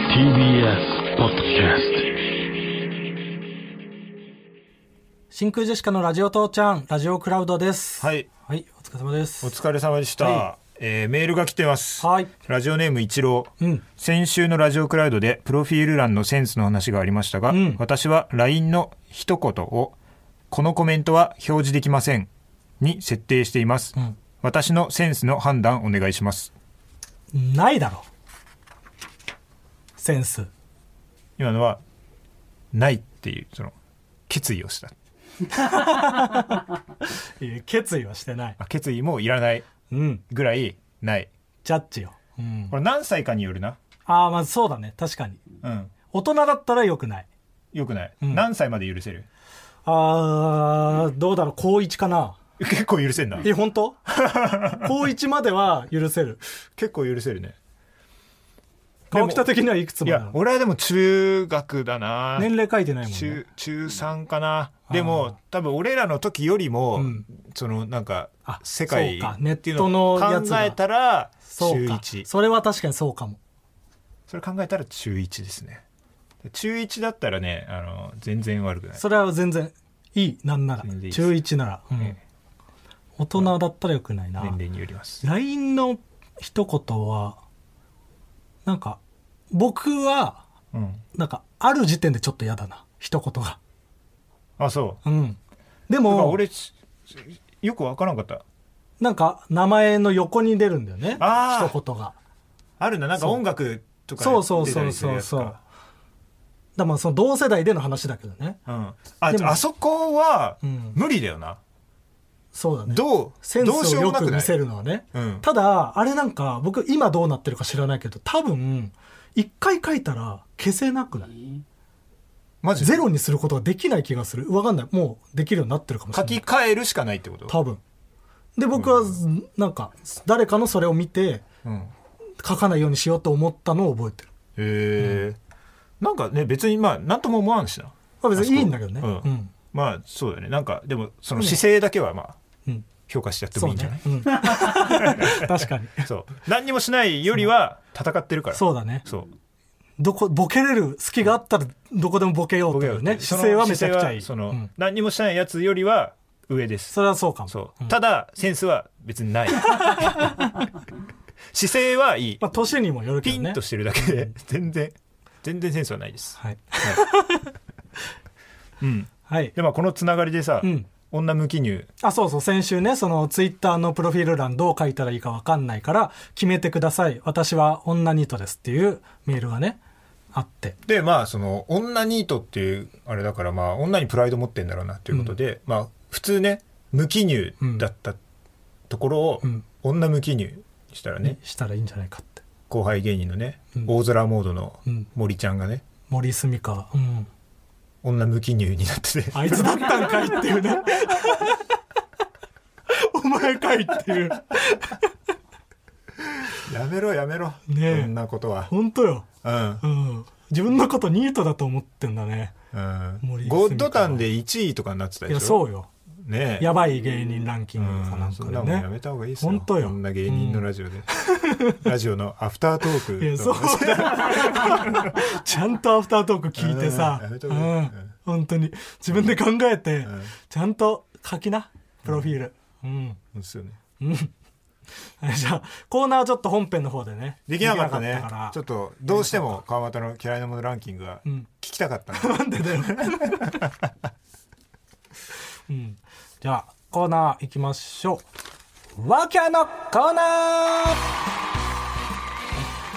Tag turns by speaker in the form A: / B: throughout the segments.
A: TBS ポッドキャス
B: 真空ジェシカのラジオ父ちゃん、ラジオクラウドです。
C: はい。
B: はい、お疲れ様です。
C: お疲れ様でした、
B: は
C: えーメールが来てます、
B: はい
C: ラジオネーム一郎、
B: うん
C: 先週のラジオクラウドでプロフィール欄のセンスの話がありましたが、
B: ん
C: 私は LINE の一言を「このコメントは表示できません」に設定しています、
B: ん
C: 私のセンスの判断お願いします
B: ないだろ。センス。
C: 今のは「ない」っていうその決意をした
B: いや決意はしてない。
C: あ決意もいらない
B: うん。
C: ぐらいない
B: ジャッジよ。うん。
C: これ何歳かによるな
B: ああ、まずそうだね。確かに。
C: うん
B: 大人だったら良くない。
C: よくない、
B: ん
C: 何歳まで許せる
B: ああ、どうだろう。高一かな。
C: 結構許せんな
B: え、本 当高一までは許せる。
C: 結構許せるね
B: 川北的にはいくつ
C: い
B: までな
C: や
B: の
C: 俺はでも中学だな
B: 年齢書いてないもんね
C: 中。中3かなでも多分俺らの時よりも、
B: うん
C: そのなんか
B: あ
C: 世界
B: そうかネッ
C: っていう
B: ト
C: の
B: の
C: を
B: やつ
C: 考
B: が
C: えたら
B: そ
C: 中
B: うか。
C: 1そ
B: それは確かにそうかも。
C: れ考えたら中1ですね中1だったらねあの全然悪くない
B: それは全然いい。なんなら。
C: 全然いいです
B: 中一なら。うん
C: ね
B: 大人だったら良くないな。
C: 年齢によります
B: LINE の一言は、なんか、僕は、
C: うん
B: なんか、ある時点でちょっと嫌だな。一言が。
C: あそう
B: うん。で
C: だから
B: も、
C: 俺しよく分からんかった
B: なんか、名前の横に出るんだよね。
C: あー
B: 一言が。
C: あるななんか音楽とか
B: そうそう
C: 出
B: そ
C: た
B: う
C: りする
B: そ
C: や
B: う
C: つ
B: そう。だ
C: か
B: からまあ、その同世代での話だけどね。
C: うんあ
B: でも
C: あそこは
B: うん
C: 無理だよな、
B: そうだね。
C: どう
B: センス
C: どうし
B: を
C: よ
B: よ
C: うもな
B: く
C: くな
B: 見
C: い
B: せるのはね。
C: うん
B: ただ、あれなんか、僕今どうなってるか知らないけど、多分、一回書いたら消せなくない
C: マジで
B: ゼロにすることができない気がする。わかんない。もうできるようになってるかもしれ
C: 書
B: ない。
C: き換えるしかないってこと
B: 多分。で、僕は、なんか、誰かのそれを見て、
C: うん、へ
B: 書かないようにしようと思ったのを覚えてる。
C: え、なんかね別にまあ何とも思わんしな
B: まあ別にいいんだけどね。
C: あそこ
B: うん。
C: まあそうだねなんかでもその姿勢だけはまあ
B: うん。
C: 評価してやっても
B: そ
C: いういんじゃない
B: ね。うん。 確かに。
C: そう,、何にもしないよりは戦ってるから
B: そうだね。
C: そう
B: どこ、ボケれる隙があったら、どこでもボケようというね。
C: 僕ら
B: 姿勢はめちゃくちゃいい。
C: その、
B: うん
C: 何にもしないやつよりは上です
B: それはそうかも。
C: そう、
B: ん
C: ただセンスは 別にない姿勢はいい
B: まあ、年にもよるけ
C: ピ
B: ど
C: ン
B: ね
C: と。してるだけで全然全然センスはないです
B: はい。
C: うん
B: はい。
C: でまあこのつながりでさ、
B: うん
C: 女向き入
B: あ、そうそう、先週ね、そのツイッターのプロフィール欄どう書いたらいいかわかんないから、決めてください。私は女ニートですっていうメールがね、あって。
C: でまあその女ニートっていうあれだからまあ女にプライド持ってんだろうなっていうことで、まあ普通ね無記入だったところを、
B: うん
C: 女無記入にしたらね、
B: したらいいんじゃないかって。
C: 後輩芸人のね、
B: うん
C: 大空モードの
B: うん
C: 森ちゃんがね
B: 森住川。うん。
C: 女無記入になってて
B: あいつだったんかいっていう ね。お前かいっていう。
C: やめろやめろ、
B: ねえ
C: そんなことは
B: ほんとよ。
C: うん
B: うん。自分のことニートだと思ってんだね。
C: うん
B: 森
C: ゴッドタンで1位とかになってた
B: い
C: で
B: や、
C: しょ
B: そうよ。
C: ねえ
B: やばい芸人ランキングかなん
C: そ
B: か
C: ん
B: で
C: なもんや
B: ね。
C: めた方がいいですよ。
B: 本当よ
C: こんな芸人のラジオで。 ラジオのアフタートーク。
B: いや、そうだ。ちゃんとアフタートーク聞いてさ、
C: うんやめと
B: う
C: け
B: ん
C: うん、
B: 本当に自分で考えて
C: ん、
B: ちゃんと書きな、プロフィール。うん。
C: ですよね。
B: はいじゃあ、コーナーはちょっと本編の方でね。
C: できなかった
B: でき
C: ね
B: なかっ。
C: ちょ
B: た
C: っ
B: か
C: と、どうしても川又の嫌いなものランキングが
B: ん
C: 聞きたかったな。
B: ら。なんでだよ。 うん。じゃあ、コーナー行きましょう。ワーキャーのコーナー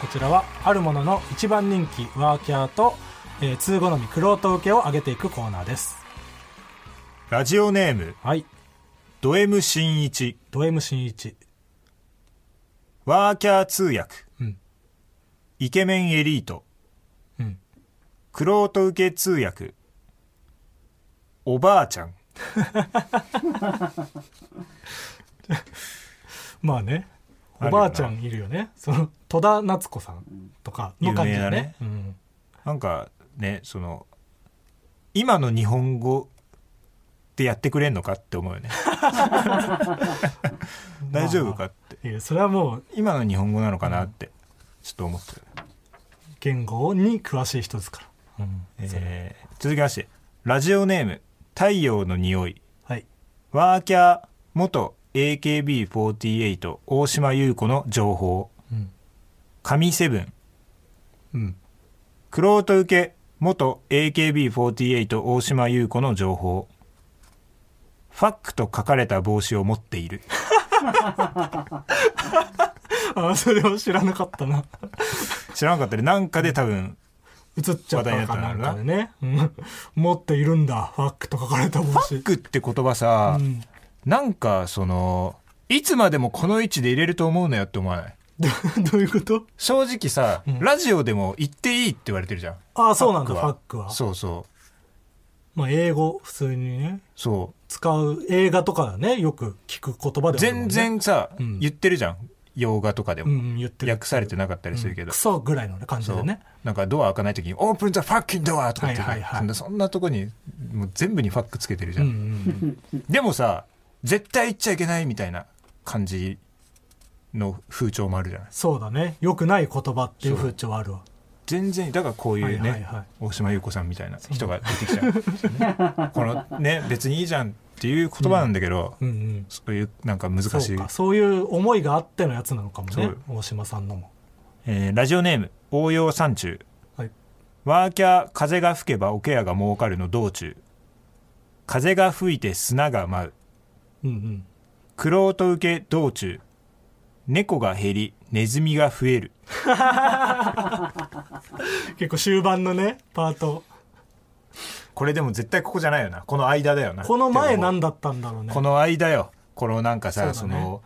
B: こちらはあるものの一番人気ワーキャーと、えー通好みクロート受けを上げていくコーナーです。
C: ラジオネーム、
B: はい。
C: ド M 新一、
B: ド M 新一。
C: ワーキャー通訳
B: うん、
C: イケメンエリート
B: うん、
C: クロート受け通訳、おばあちゃん。
B: まあね。
C: あ
B: お
C: るよな
B: ばあちゃんいるよね。その、戸田夏子さんとかの感じだね。うん。
C: なんかね、その、今の日本語でやってくれんのかって思うよね。大丈夫かって。
B: いや、それはもう、
C: 今の日本語なのかなって、ちょっと思ったよね
B: 言語に詳しい人ですから。うん
C: えー続きましてラジオネーム「太陽の匂い
B: はい。」
C: ワーキャー元 AKB48 大島優子の情報
B: うん。
C: 神セブン
B: うん。
C: クロート受け元 AKB48 大島優子の情報ファックと書かれた帽子を持っている
B: あ、それを知らなかったな。
C: 知らなかったねなんかで多分
B: 映っちゃったのか
C: 話題
B: なん
C: にな
B: か
C: った
B: で
C: ん
B: ね。うん持っているんだ。ファックと書かれた帽
C: ファ
B: 子
C: ッ。クって言葉さ、
B: うん
C: なんかそのいつまでもこの位置で入れると思うなよって思わない
B: どどういうこと
C: 正直さ、
B: ん
C: ラジオでも言っていいって言われてるじゃん
B: あそうなんだ、ファ
C: は
B: ックは。
C: そうそう
B: まあ、英語、普通にね、
C: そ
B: 使う、映画とかね、よく聞く言葉
C: う
B: ではあるもん
C: 全
B: ね。
C: 然さ、
B: うん
C: 言ってるじゃん洋画とかで
B: うん
C: も、
B: うん、言ってる。
C: 訳されてなかったりするけど、
B: クソぐらいのね感じ
C: そ
B: で
C: う
B: ね。
C: なんかドア開かない時に「オープン・ザ・ファッキン・ドア」とか言ってる、
B: はいはいはい
C: そんなそんなとこにもう全部にファックつけてるじ
B: う
C: ゃ
B: ん
C: ん、
B: うんうん。
C: でもさ絶対言っちゃいけないみたいな感じの風潮もあるじゃない
B: そうだね。良くない言葉っていう風潮はあるわ。
C: 全然だからこういうね、
B: はいはいはい
C: 大島優子さんみたいな人が出てきちゃうんですよね このね別にいいじゃんっていう言葉なんだけど、
B: うんうん。
C: そういうなんか難し
B: そう
C: い
B: か。そういう思いがあってのやつなのかも
C: そ
B: ね
C: う。
B: 大島さんのも。
C: えーラジオネーム応用山中
B: はい。
C: ワーキャー風が吹けば桶屋が儲かるの道中風が吹いて砂が舞う
B: うんうん。
C: クロート受け道中猫が減りネズミが増える
B: 結構終盤のね、パート。
C: これでも絶対ここじゃないよなこの間だよな
B: この前
C: な
B: 何
C: ん
B: だったんだろうね。
C: この間よこのなんかさ
B: そ
C: そ,、
B: うだね
C: の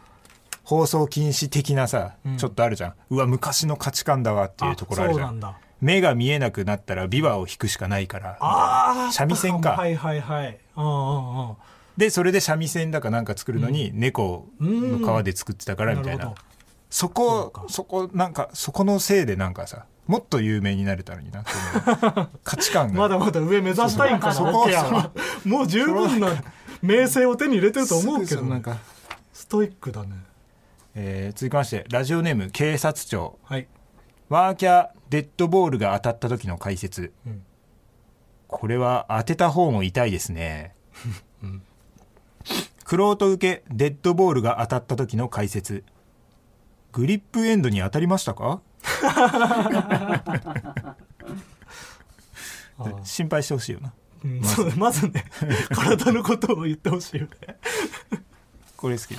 C: 放送禁止的なさ、
B: うん
C: ちょっとあるじゃんうわ昔の価値観だわっていうところあるじゃ
B: あそうんなんだ。
C: 目が見えなくなったら琵琶を弾くしかないから
B: ああ
C: 三味線か
B: はいはいはい。うんうんうん。
C: でそれで三味線だかなんか作るのに猫の皮で作ってたからみたいな,、
B: なるほど
C: そ
B: そう
C: こ
B: か
C: そこなんかそこのせいでなんかさもっと有名になれたのになって 思う価値観が
B: まだまだ上目指したいんかな、
C: そうそう
B: オケアは。もう十分な名声を手に入れてると思うけ
C: すぐ
B: ど
C: そうなん
B: ね、
C: か、
B: ストイックだね。
C: えー続きましてラジオネーム警察庁
B: はい。
C: ワーキャーデッドボールが当たった時の解説、
B: うん
C: これは当てた方も痛いですね、クロート受けデッドボールが当たった時の解説グリップエンドに当たりましたか
B: あー
C: 心配してほしいよな
B: うんそうだまずね、体のことを言ってほしいよね。
C: これ好き、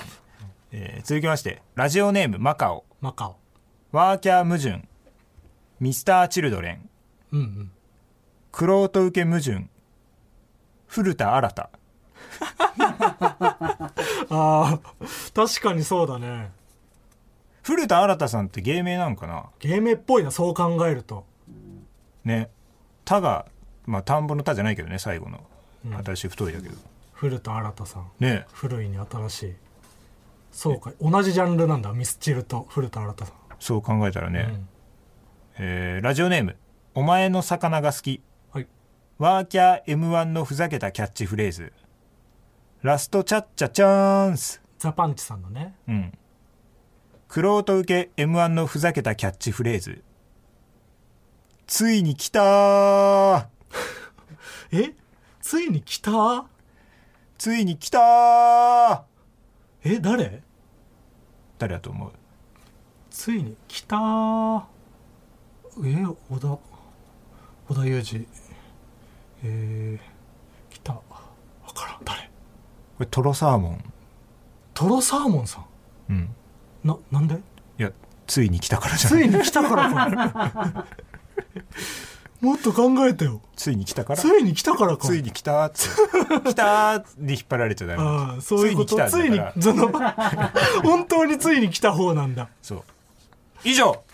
C: えー続きましてラジオネームマカオ
B: マカオ。
C: ワーキャー矛盾ミスター・チルドレン
B: うんうん。
C: クロート受け矛盾古田新太
B: ああ、確かにそうだね。
C: 古田新太さんって芸名なのかな
B: 芸名っぽいな、そう考えると。
C: ね田がまあ田んぼの田じゃないけどね最後の新しい太いだけど、
B: 古田新太さん。
C: ね
B: 古いに新しい。そうか、同じジャンルなんだ、ミスチルと古田新太さん。
C: そう考えたらね、
B: うん
C: えーラジオネーム「お前の魚が好き
B: はい。」
C: ワーキャー m 1のふざけたキャッチフレーズ「ラストチャッチャチャーンス
B: ザ・パンチさんのね。」
C: うんクロート受け m 1のふざけたキャッチフレーズ「ついに来たー
B: えついに来た
C: ついに来たー
B: え誰
C: 誰だと思う
B: ついに来たーえ織田織田裕二えー、来たわからん誰
C: これトロサーモン
B: トロサーモンさん
C: うん
B: ななんで
C: いやついに来たからじゃ
B: つ
C: ない
B: いに来たからか もっと考えてよ
C: ついに来たから
B: ついに来たからか
C: ついに来たーっつって 来たーって引っ張られちゃダメなん
B: ああ
C: です
B: そういうこと
C: つ
B: つ
C: い
B: い
C: に来
B: に
C: たんだから
B: その 本当についに来た方なんだ
C: そう以上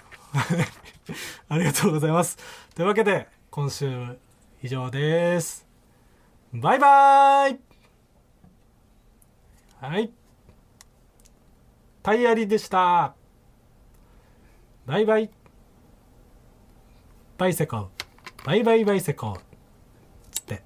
B: ありがとうございます。というわけで、今週以上です。バイバーイはい。タイヤリでした。バイバイ。バイセコ。バイバイバイセコ。つって。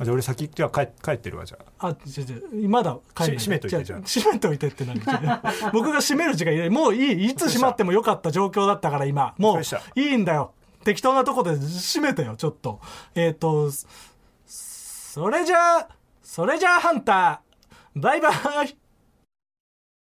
C: あじゃあ俺先行っては帰帰ってるわじゃあ
B: あ違う違うまだ帰んない
C: し閉めといて
B: 違う
C: じゃあ
B: 閉めといてって何 僕が閉める時間いないもういいいつ閉まってもよかった状況だったから今も
C: そうでした
B: ういいんだよ適当なとこで閉めてよちょっとえっ、とそそれじゃあそれじゃあハンターバイバイ